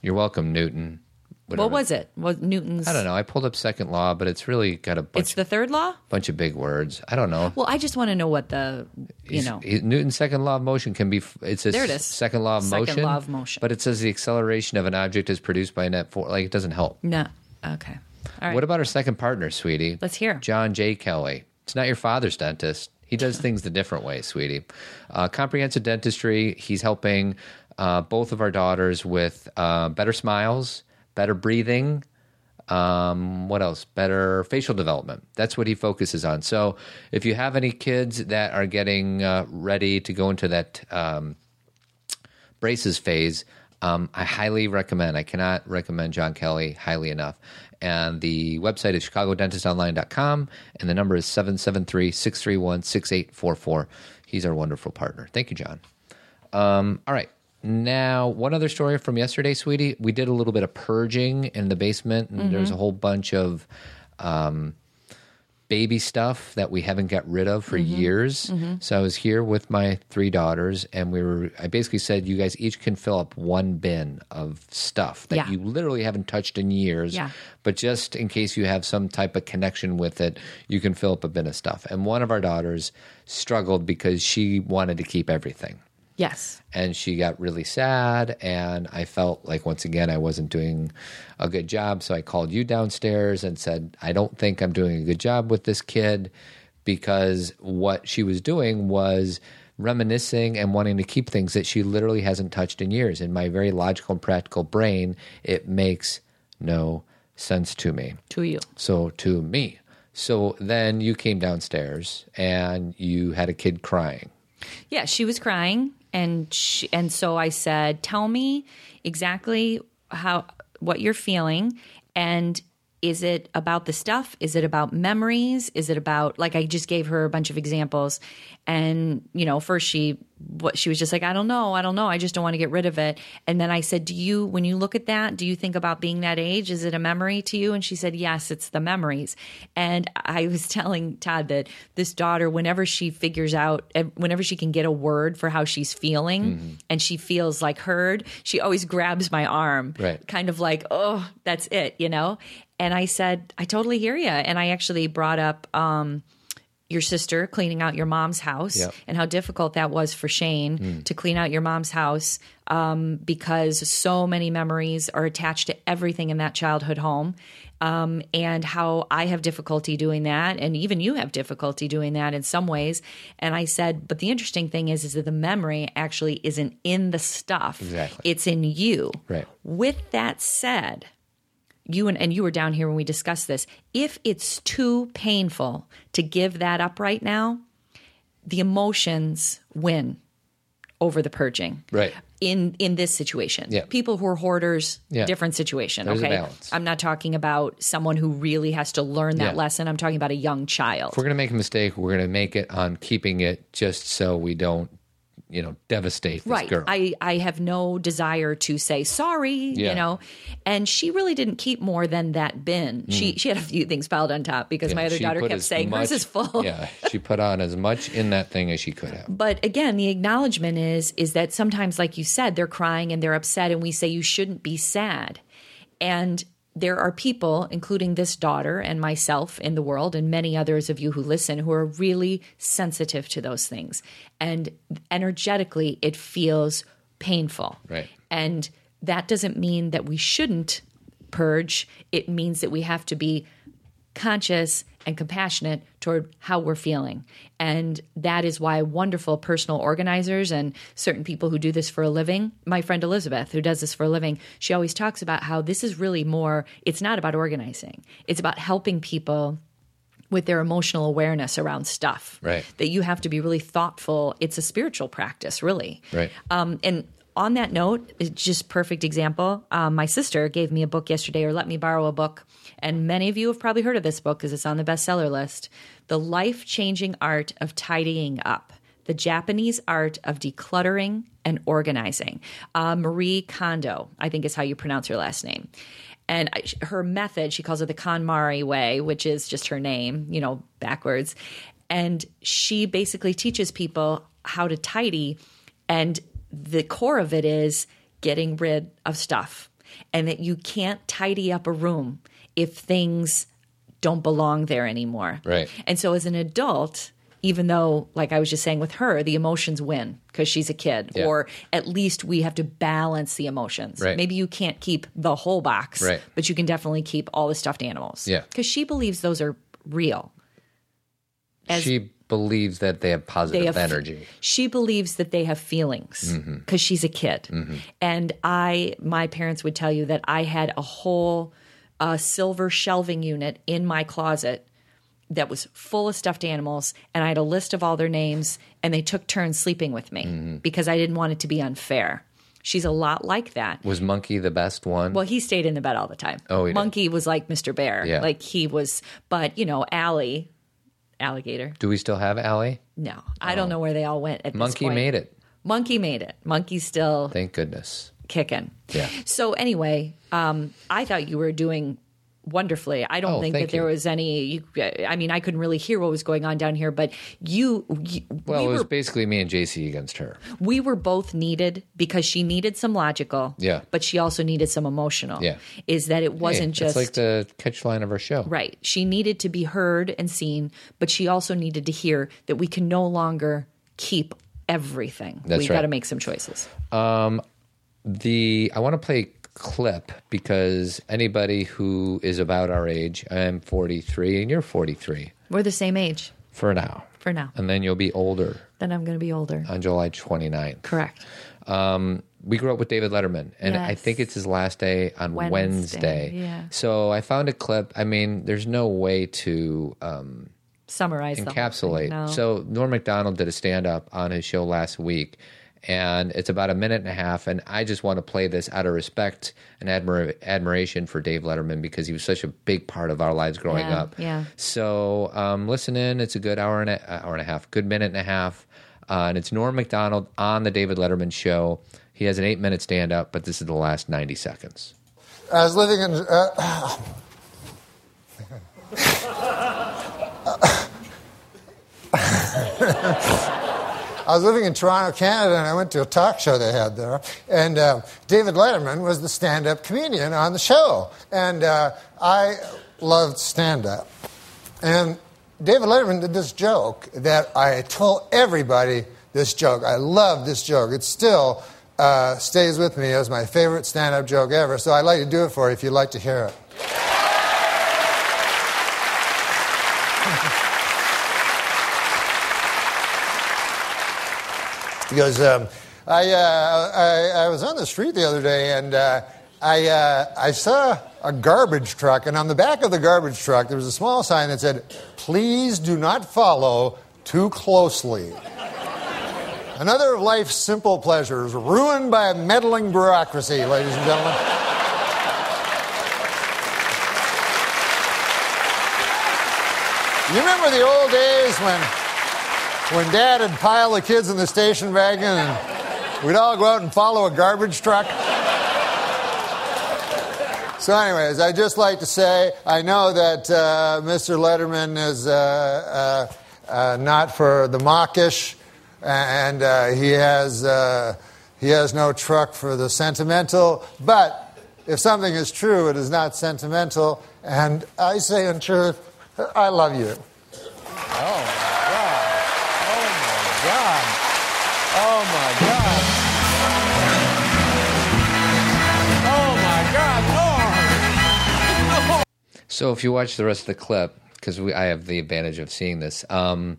Speaker 1: You're welcome, Newton. Whatever.
Speaker 2: What was it? Was Newton's?
Speaker 1: I don't know. I pulled up second law, but it's really got a bunch,
Speaker 2: It's the third law.
Speaker 1: bunch of big words. I don't know.
Speaker 2: Well, I just want to know what the you know.
Speaker 1: He- Newton's second law of motion can be. f- It's a
Speaker 2: There it
Speaker 1: s-
Speaker 2: is.
Speaker 1: Second law of
Speaker 2: Second
Speaker 1: motion.
Speaker 2: law of motion.
Speaker 1: But it says the acceleration of an object is produced by a net force. Like it doesn't help.
Speaker 2: No. Okay. All right.
Speaker 1: What about our second partner, sweetie?
Speaker 2: Let's hear.
Speaker 1: John J. Kelly. It's not your father's dentist. He does things the different way, sweetie. Uh, comprehensive dentistry. He's helping uh, both of our daughters with uh, better smiles, better breathing. Um, what else? Better facial development. That's what he focuses on. So, if you have any kids that are getting uh, ready to go into that um, braces phase, um, I highly recommend. I cannot recommend John Kelly highly enough. And the website is chicagodentistonline.com, and the number is 773 631 6844. He's our wonderful partner. Thank you, John. Um, all right. Now, one other story from yesterday, sweetie. We did a little bit of purging in the basement, and there's
Speaker 2: Mm-hmm.
Speaker 1: a whole bunch of um, baby stuff that we haven't got rid of for
Speaker 2: Mm-hmm.
Speaker 1: years. So I was here with my three daughters, and we were. I basically said, "You guys each can fill up one bin of stuff that
Speaker 2: Yeah.
Speaker 1: you literally haven't touched in years,
Speaker 2: Yeah.
Speaker 1: but just in case you have some type of connection with it, you can fill up a bin of stuff." And one of our daughters struggled because she wanted to keep everything
Speaker 2: yes.
Speaker 1: and she got really sad and i felt like once again i wasn't doing a good job so i called you downstairs and said i don't think i'm doing a good job with this kid because what she was doing was reminiscing and wanting to keep things that she literally hasn't touched in years in my very logical and practical brain it makes no sense to me
Speaker 2: To you.
Speaker 1: so to me so then you came downstairs and you had a kid crying
Speaker 2: Yeah, she was crying, and she, and so I said, "Tell me exactly how what you're feeling, and is it about the stuff? Is it about memories? Is it about like I just gave her a bunch of examples, and you know, first she what she was just like, I don't know, I don't know, I just don't want to get rid of it, and then I said, Do you when you look at that, do you think about being that age? Is it a memory to you? And she said, Yes, it's the memories, and I was <laughs> telling Todd that this daughter, whenever she figures out, and whenever she can get a word for how she's feeling and she feels like heard, she always grabs my arm,
Speaker 1: Right.
Speaker 2: kind of like, oh, that's it, you know? And I said, I totally hear you. And I actually brought up, um, your sister cleaning out your mom's house
Speaker 1: Yep. Hmm.
Speaker 2: and how difficult that was for Shane to clean out your mom's house um, because so many memories are attached to everything in that childhood home. Um, and how I have difficulty doing that, and even you have difficulty doing that in some ways. And I said, but the interesting thing is, is that the memory actually isn't in the stuff;
Speaker 1: Exactly.
Speaker 2: it's in you.
Speaker 1: Right.
Speaker 2: With that said, you and, and you were down here when we discussed this. If it's too painful to give that up right now, the emotions win over the purging.
Speaker 1: Right.
Speaker 2: In in this situation.
Speaker 1: Yeah.
Speaker 2: People who are hoarders,
Speaker 1: Yeah.
Speaker 2: different situation.
Speaker 1: There's a
Speaker 2: okay.
Speaker 1: balance.
Speaker 2: I'm not talking about someone who really has to learn that
Speaker 1: Yeah.
Speaker 2: lesson. I'm talking about a young child.
Speaker 1: If we're going to make a mistake, we're going to make it on keeping it just so we don't, you know, devastate this
Speaker 2: right.
Speaker 1: girl.
Speaker 2: I, I have no desire to say sorry,
Speaker 1: Yeah.
Speaker 2: you know. And she really didn't keep more than that bin. She she had a few things piled on top because my other
Speaker 1: Hmm. She
Speaker 2: daughter
Speaker 1: put
Speaker 2: kept
Speaker 1: as
Speaker 2: saying
Speaker 1: much-
Speaker 2: hers is full.
Speaker 1: yeah, she put on as much in that thing as she could have.
Speaker 2: <laughs> But again, the acknowledgement is is that sometimes, like you said, they're crying and they're upset, and we say you shouldn't be sad. And there are people, including this daughter and myself in the world, and many others of you who listen, who are really sensitive to those things. And energetically, it feels painful.
Speaker 1: Right.
Speaker 2: And that doesn't mean that we shouldn't purge. It means that we have to be conscious and compassionate toward how we're feeling. And that is why wonderful personal organizers and certain people who do this for a living, my friend Elizabeth, who does this for a living, she always talks about how this is really more, it's not about organizing, it's about helping people with their emotional awareness around stuff.
Speaker 1: Right.
Speaker 2: That you have to be really thoughtful. It's a spiritual practice, really.
Speaker 1: Right.
Speaker 2: Um, and on that note, it's just perfect example. Um, my sister gave me a book yesterday, or let me borrow a book, and many of you have probably heard of this book because it's on the bestseller list: "The Life Changing Art of Tidying Up: The Japanese Art of Decluttering and Organizing." Uh, Marie Kondo, I think, is how you pronounce her last name. And I, sh- her method, she calls it the KonMari way, which is just her name, you know, backwards. And she basically teaches people how to tidy and the core of it is getting rid of stuff, and that you can't tidy up a room if things don't belong there anymore.
Speaker 1: Right.
Speaker 2: And so, as an adult, even though, like I was just saying with her, the emotions win because she's a kid,
Speaker 1: Yeah.
Speaker 2: or at least we have to balance the emotions.
Speaker 1: Right.
Speaker 2: Maybe you can't keep the whole box,
Speaker 1: Right.
Speaker 2: but you can definitely keep all the stuffed animals.
Speaker 1: Yeah.
Speaker 2: Because she believes those are real. As-
Speaker 1: she believes that they have positive
Speaker 2: have-
Speaker 1: energy. Mm-hmm.
Speaker 2: she believes that they have feelings because she's a kid and i my parents would tell you that i had a whole uh, silver shelving unit in my closet that was full of stuffed animals and i had a list of all their names and they took turns sleeping with me
Speaker 1: Mm-hmm.
Speaker 2: because i didn't want it to be unfair she's a lot like that
Speaker 1: Was Monkey the best one?
Speaker 2: well, he stayed in the bed all the time.
Speaker 1: Oh, he did.
Speaker 2: Monkey was like Mr. Bear.
Speaker 1: Yeah.
Speaker 2: Like he was, but you know, Allie, alligator.
Speaker 1: Do we still have Allie?
Speaker 2: No, I don't know where they all went at
Speaker 1: Oh.
Speaker 2: this
Speaker 1: Monkey
Speaker 2: point.
Speaker 1: made it.
Speaker 2: Monkey made it. Monkey's still
Speaker 1: Thank goodness.
Speaker 2: kicking.
Speaker 1: Yeah.
Speaker 2: So anyway, um, I thought you were doing wonderfully. I don't
Speaker 1: Oh,
Speaker 2: think
Speaker 1: thank
Speaker 2: that there
Speaker 1: you.
Speaker 2: was any. You, I mean, I couldn't really hear what was going on down here, but you. you
Speaker 1: Well,
Speaker 2: we
Speaker 1: it was
Speaker 2: were,
Speaker 1: basically me and JC against her.
Speaker 2: we were both needed because she needed some logical.
Speaker 1: Yeah.
Speaker 2: But she also needed some emotional.
Speaker 1: Yeah.
Speaker 2: Is that it
Speaker 1: Hey,
Speaker 2: wasn't
Speaker 1: that's
Speaker 2: just
Speaker 1: like the catch line of our show.
Speaker 2: Right. She needed to be heard and seen, but she also needed to hear that we can no longer keep everything.
Speaker 1: That's
Speaker 2: we
Speaker 1: right.
Speaker 2: got to make some choices.
Speaker 1: the I want to play clip because anybody who is about our age, I'm 43 and you're 43
Speaker 2: We're the same age
Speaker 1: for now.
Speaker 2: for now.
Speaker 1: And then you'll be older
Speaker 2: Then I'm going to be older.
Speaker 1: on July 29th.
Speaker 2: Correct.
Speaker 1: We grew up with David Letterman and I
Speaker 2: Yes.
Speaker 1: think it's his last day on Wednesday.
Speaker 2: Wednesday, yeah.
Speaker 1: So I found a clip. I mean, there's no way to um,
Speaker 2: Summarize the whole thing.
Speaker 1: encapsulate.
Speaker 2: No.
Speaker 1: So Norm Macdonald did a stand up on his show last week, and it's about a minute and a half. And I just want to play this out of respect and admira- admiration for Dave Letterman because he was such a big part of our lives growing
Speaker 2: Yeah,
Speaker 1: up.
Speaker 2: yeah.
Speaker 1: So um, listen in. It's a good hour and a, hour and a half, good minute and a half, uh, and it's Norm Macdonald on the David Letterman show. He has an eight minute stand up, but this is the last ninety seconds.
Speaker 4: I was living in. Uh, <laughs> I was living in Toronto, Canada, and I went to a talk show they had there. And uh, David Letterman was the stand up comedian on the show. And uh, I loved stand up. And David Letterman did this joke that I told everybody this joke. I love this joke. It still uh, stays with me as my favorite stand up joke ever. So I'd like to do it for you if you'd like to hear it. he goes, um, I, uh, I, I was on the street the other day and uh, I, uh, I saw a garbage truck, and on the back of the garbage truck, there was a small sign that said, Please do not follow too closely. Another of life's simple pleasures ruined by a meddling bureaucracy, ladies and gentlemen. you remember the old days when, when Dad would pile the kids in the station wagon and we'd all go out and follow a garbage truck? So, anyways, I'd just like to say I know that uh, Mr. Letterman is uh, uh, not for the mawkish, and uh, he has uh, he has no truck for the sentimental. But if something is true, it is not sentimental. And I say in truth, I love you.
Speaker 5: Oh my God! Oh my God! Oh my God!
Speaker 1: So if you watch the rest of the clip, because I have the advantage of seeing this, um,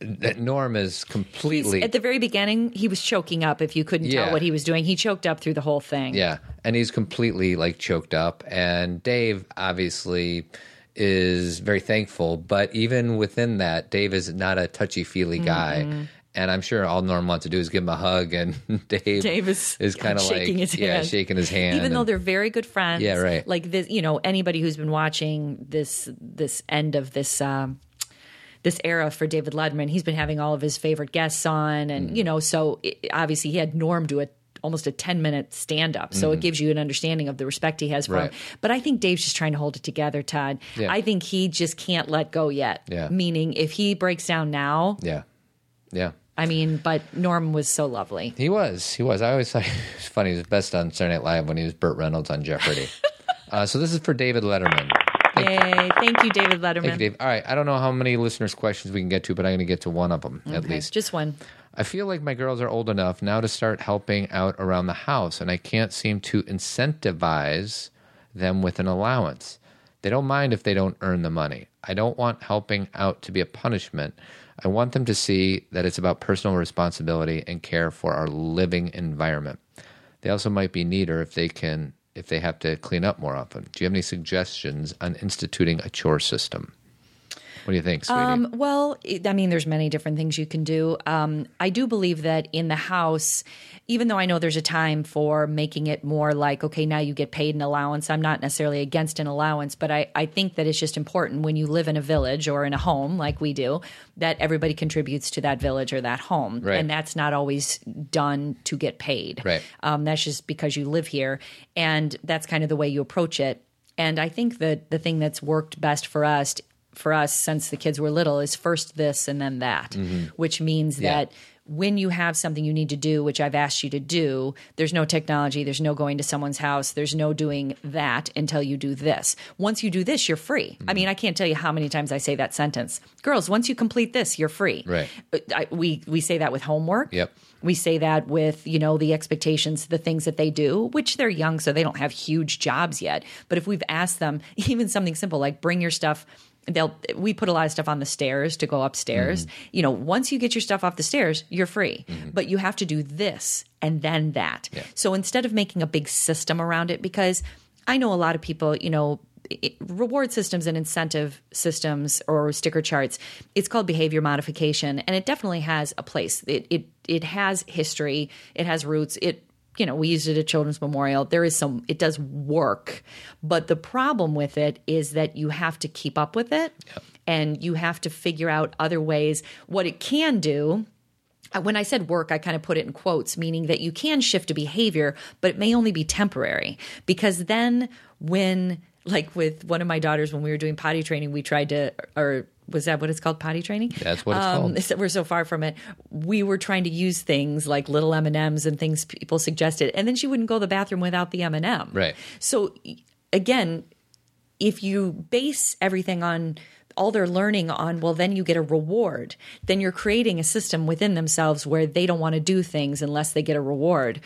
Speaker 1: that Norm is completely
Speaker 2: At the very beginning, he was choking up. If you couldn't
Speaker 1: Yeah.
Speaker 2: tell what he was doing, he choked up through the whole thing.
Speaker 1: yeah, and he's completely like choked up. And Dave obviously is very thankful, but even within that, Dave is not a touchy feely
Speaker 2: Mm-hmm.
Speaker 1: guy. And I'm sure all Norm wants to do is give him a hug, and <laughs> Dave,
Speaker 2: Dave is,
Speaker 1: kind of like
Speaker 2: <laughs> shaking his
Speaker 1: yeah,
Speaker 2: hand.
Speaker 1: shaking his hand.
Speaker 2: Even though
Speaker 1: and-
Speaker 2: they're very good friends.
Speaker 1: Yeah, right.
Speaker 2: Like this, you know, anybody who's been watching this this end of this um, this era for David Ludman, he's been having all of his favorite guests on, and
Speaker 1: Mm.
Speaker 2: you know, so it, obviously he had Norm do it. Almost a 10 minute stand up. So it gives you an understanding of the respect he has for
Speaker 1: Mm. Right.
Speaker 2: him. But I think Dave's just trying to hold it together, Todd.
Speaker 1: Yeah.
Speaker 2: I think he just can't let go yet.
Speaker 1: Yeah.
Speaker 2: Meaning, if he breaks down now,
Speaker 1: yeah, yeah.
Speaker 2: I mean, but Norm was so lovely.
Speaker 1: He was. He was. I always thought <laughs> he was funny. He was best on Saturday Night Live when he was Burt Reynolds on Jeopardy. uh, so this is for David Letterman.
Speaker 2: Yay. Thank you, David Letterman.
Speaker 1: Thank you, Dave. All right. I don't know how many listeners' questions we can get to, but I'm going to get to one of them at
Speaker 2: Okay,
Speaker 1: least.
Speaker 2: Just one.
Speaker 1: I feel like my girls are old enough now to start helping out around the house, and I can't seem to incentivize them with an allowance. They don't mind if they don't earn the money. I don't want helping out to be a punishment. I want them to see that it's about personal responsibility and care for our living environment. They also might be neater if they can if they have to clean up more often. Do you have any suggestions on instituting a chore system? What do you think, sweetie?
Speaker 2: Um, well, it- I mean, there's many different things you can do. Um, I do believe that in the house, even though I know there's a time for making it more like, okay, now you get paid an allowance. I'm not necessarily against an allowance, but I, I think that it's just important when you live in a village or in a home like we do that everybody contributes to that village or that home.
Speaker 1: Right.
Speaker 2: And that's not always done to get paid.
Speaker 1: Right.
Speaker 2: Um, that's just because you live here, and that's kind of the way you approach it. And I think that the thing that's worked best for us, for us since the kids were little, is first this and then that, which means
Speaker 1: Mm-hmm. Yeah.
Speaker 2: that when you have something you need to do, which I've asked you to do, there's no technology, there's no going to someone's house, there's no doing that until you do this. Once you do this, you're free.
Speaker 1: Mm-hmm.
Speaker 2: I mean, I can't tell you how many times I say that sentence. Girls, once you complete this, you're free.
Speaker 1: Right.
Speaker 2: Uh, I, we we say that with homework.
Speaker 1: Yep.
Speaker 2: We say that with, you know, the expectations, the things that they do, which they're young, so they don't have huge jobs yet. But if we've asked them <laughs> even something simple like bring your stuff, they'll we put a lot of stuff on the stairs to go upstairs. You know, once you get your stuff off the stairs, you're free. But you have to do this and then that. So instead of making a big system around it, because I know a lot of people, you know, it- reward systems and incentive systems or sticker charts. It's called behavior modification, and it definitely has a place. It it it has history. It has roots. It you know we used it at Children's Memorial. There is some. It does work, but the problem with it is that you have to keep up with it, and you have to figure out other ways. What it can do I- when I said work, I kind of put it in quotes, meaning that you can shift a behavior, but it may only be temporary. Because then, when, like with one of my daughters, when we were doing potty training, we tried to, or was that what it's called, potty training?
Speaker 1: That's what it's called.
Speaker 2: so Um, we're so far from it. We were trying to use things like little M and M's and things people suggested, and then she wouldn't go to the bathroom without the M and M.
Speaker 1: Right.
Speaker 2: So again, if you base everything on all their learning on, well, then you get a reward. Then you're creating a system within themselves where they don't want to do things unless they get a reward.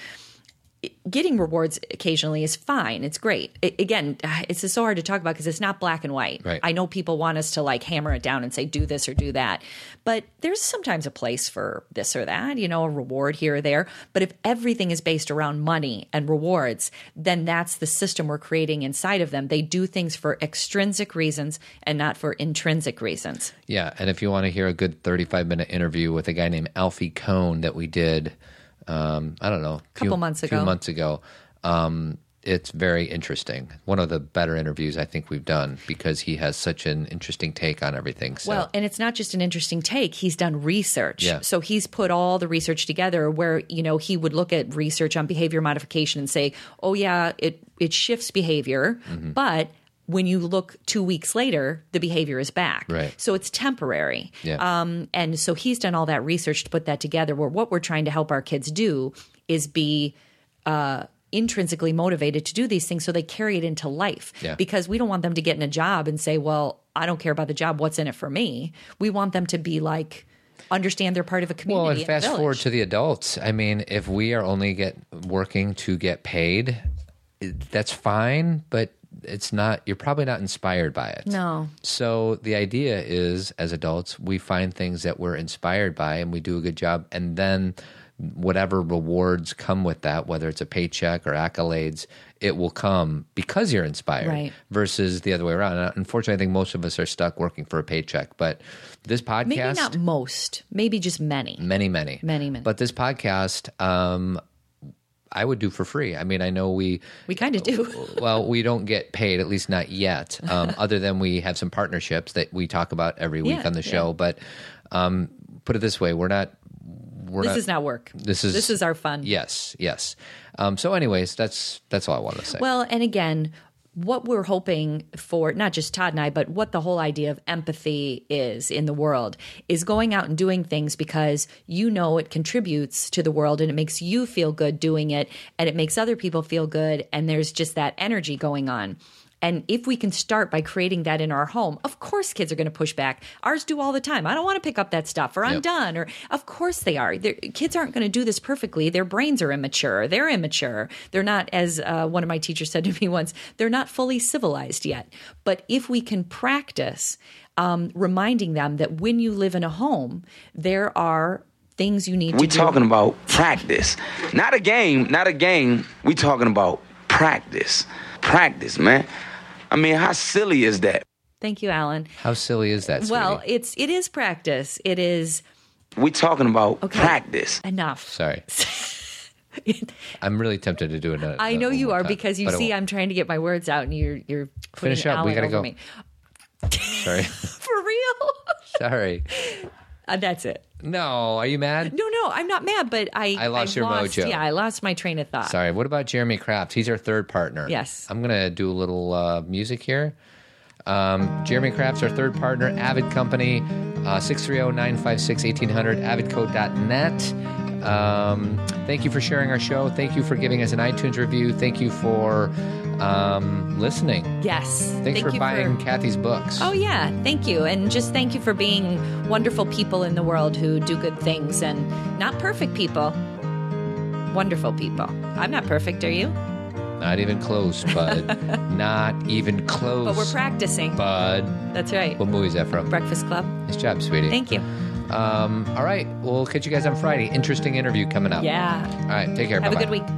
Speaker 2: Getting rewards occasionally is fine. It's great. I- again, ah, it's just so hard to talk about because it's not black and white.
Speaker 1: Right.
Speaker 2: I know people want us to like hammer it down and say do this or do that, but there's sometimes a place for this or that. You know, a reward here or there. But if everything is based around money and rewards, then that's the system we're creating inside of them. They do things for extrinsic reasons and not for intrinsic reasons.
Speaker 1: Yeah, and if you want to hear a good 35 minute interview with a guy named Alfie Cohn that we did, um, I don't know, a
Speaker 2: Couple months
Speaker 1: few
Speaker 2: ago.
Speaker 1: months ago, um, it's very interesting. One of the better interviews I think we've done because he has such an interesting take on everything. So,
Speaker 2: Well, and it's not just an interesting take. He's done research.
Speaker 1: Yeah.
Speaker 2: So he's put all the research together where, you know, he would look at research on behavior modification and say, oh, yeah, it, it shifts behavior.
Speaker 1: Mm-hmm.
Speaker 2: But when you look two weeks later, the behavior is back.
Speaker 1: Right.
Speaker 2: So it's temporary.
Speaker 1: Yeah.
Speaker 2: Um, and so he's done all that research to put that together where what we're trying to help our kids do is be. Uh, intrinsically motivated to do these things so they carry it into life
Speaker 1: Yeah.
Speaker 2: because we don't want them to get in a job and say, well, I don't care about the job. What's in it for me? We want them to be like, understand they're part of a community.
Speaker 1: Well, and
Speaker 2: a
Speaker 1: fast forward
Speaker 2: village.
Speaker 1: to the adults. I mean, if we are only get working to get paid, it- that's fine, but it's not. You're probably not inspired by it.
Speaker 2: No.
Speaker 1: So the idea is, as adults, we find things that we're inspired by, and we do a good job, and then whatever rewards come with that, whether it's a paycheck or accolades, it will come because you're inspired
Speaker 2: Right.
Speaker 1: versus the other way around. And unfortunately, I think most of us are stuck working for a paycheck. But this podcast
Speaker 2: maybe not most, maybe just many.
Speaker 1: many many
Speaker 2: Many, many.
Speaker 1: but this podcast um i would do for free i mean i know we
Speaker 2: We kind of do.
Speaker 1: well we don't get paid at least not yet
Speaker 2: <laughs>
Speaker 1: um other than we have some partnerships that we talk about every week
Speaker 2: Yeah,
Speaker 1: on the
Speaker 2: yeah.
Speaker 1: show but um put it this way we're not we're
Speaker 2: This
Speaker 1: not
Speaker 2: is not work.
Speaker 1: this is
Speaker 2: this is our fun.
Speaker 1: yes yes um so anyways that's that's all i want to say
Speaker 2: Well, and again, what we're hoping for, not just Todd and I, but what the whole idea of empathy is in the world, is going out and doing things because you know it contributes to the world and it makes you feel good doing it and it makes other people feel good. And there's just that energy going on. And if we can start by creating that in our home, of course kids are going to push back. Ours do all the time. I don't want to pick up that stuff or I'm
Speaker 1: Yep.
Speaker 2: done or of course they are. Their, kids aren't going to do this perfectly. Their brains are immature. They're immature. They're not as uh, one of my teachers said to me <laughs> once, they're not fully civilized yet. But if we can practice um, reminding them that when you live in a home, there are things you need
Speaker 6: We
Speaker 2: to do.
Speaker 6: talking about practice, not a game, not a game. We talking about practice, practice, man. I mean, how silly is that?
Speaker 2: Thank you, Alan.
Speaker 1: how silly is that
Speaker 2: Well,
Speaker 1: sweetie?
Speaker 2: it's it is practice. It is
Speaker 6: We talking about
Speaker 2: Okay.
Speaker 6: practice.
Speaker 2: enough.
Speaker 1: sorry i'm really tempted to do it
Speaker 2: <laughs> I know you are because you see
Speaker 1: i'm
Speaker 2: I'm trying to get my words out and you're you're putting
Speaker 1: Finish up. We
Speaker 2: Alan
Speaker 1: gotta
Speaker 2: over
Speaker 1: go.
Speaker 2: me. <laughs>
Speaker 1: sorry <laughs>
Speaker 2: For real?
Speaker 1: sorry
Speaker 2: Uh, that's it.
Speaker 1: no are you mad
Speaker 2: No, no, I'm not mad, but I
Speaker 1: I lost your mojo.
Speaker 2: Yeah, I lost my train of thought.
Speaker 1: Sorry. What about Jeremy Kraft? He's our third partner.
Speaker 2: Yes.
Speaker 1: I'm going to do a little uh, music here. Um, Jeremy Kraft's our third partner, Avid Company, uh, 630 956 1800, avidco.net. Um, thank you for sharing our show. Thank you for giving us an iTunes review. Thank you for um, listening.
Speaker 2: Yes.
Speaker 1: Thanks
Speaker 2: thank
Speaker 1: for
Speaker 2: you
Speaker 1: buying Kathy's books.
Speaker 2: Oh yeah, thank you, and just thank you for being wonderful people in the world who do good things and not perfect people, wonderful people. I'm not perfect, are you?
Speaker 1: Not even close,
Speaker 2: <laughs>
Speaker 1: bud. Not even close.
Speaker 2: But we're practicing.
Speaker 1: Bud.
Speaker 2: That's right.
Speaker 1: What movie is that from?
Speaker 2: Breakfast Club.
Speaker 1: Nice job, sweetie.
Speaker 2: Thank you.
Speaker 1: Um, all right. We'll catch you guys on Friday. Interesting interview coming up.
Speaker 2: Yeah.
Speaker 1: All right. Take care.
Speaker 2: Have a
Speaker 1: Bye-bye.
Speaker 2: good week.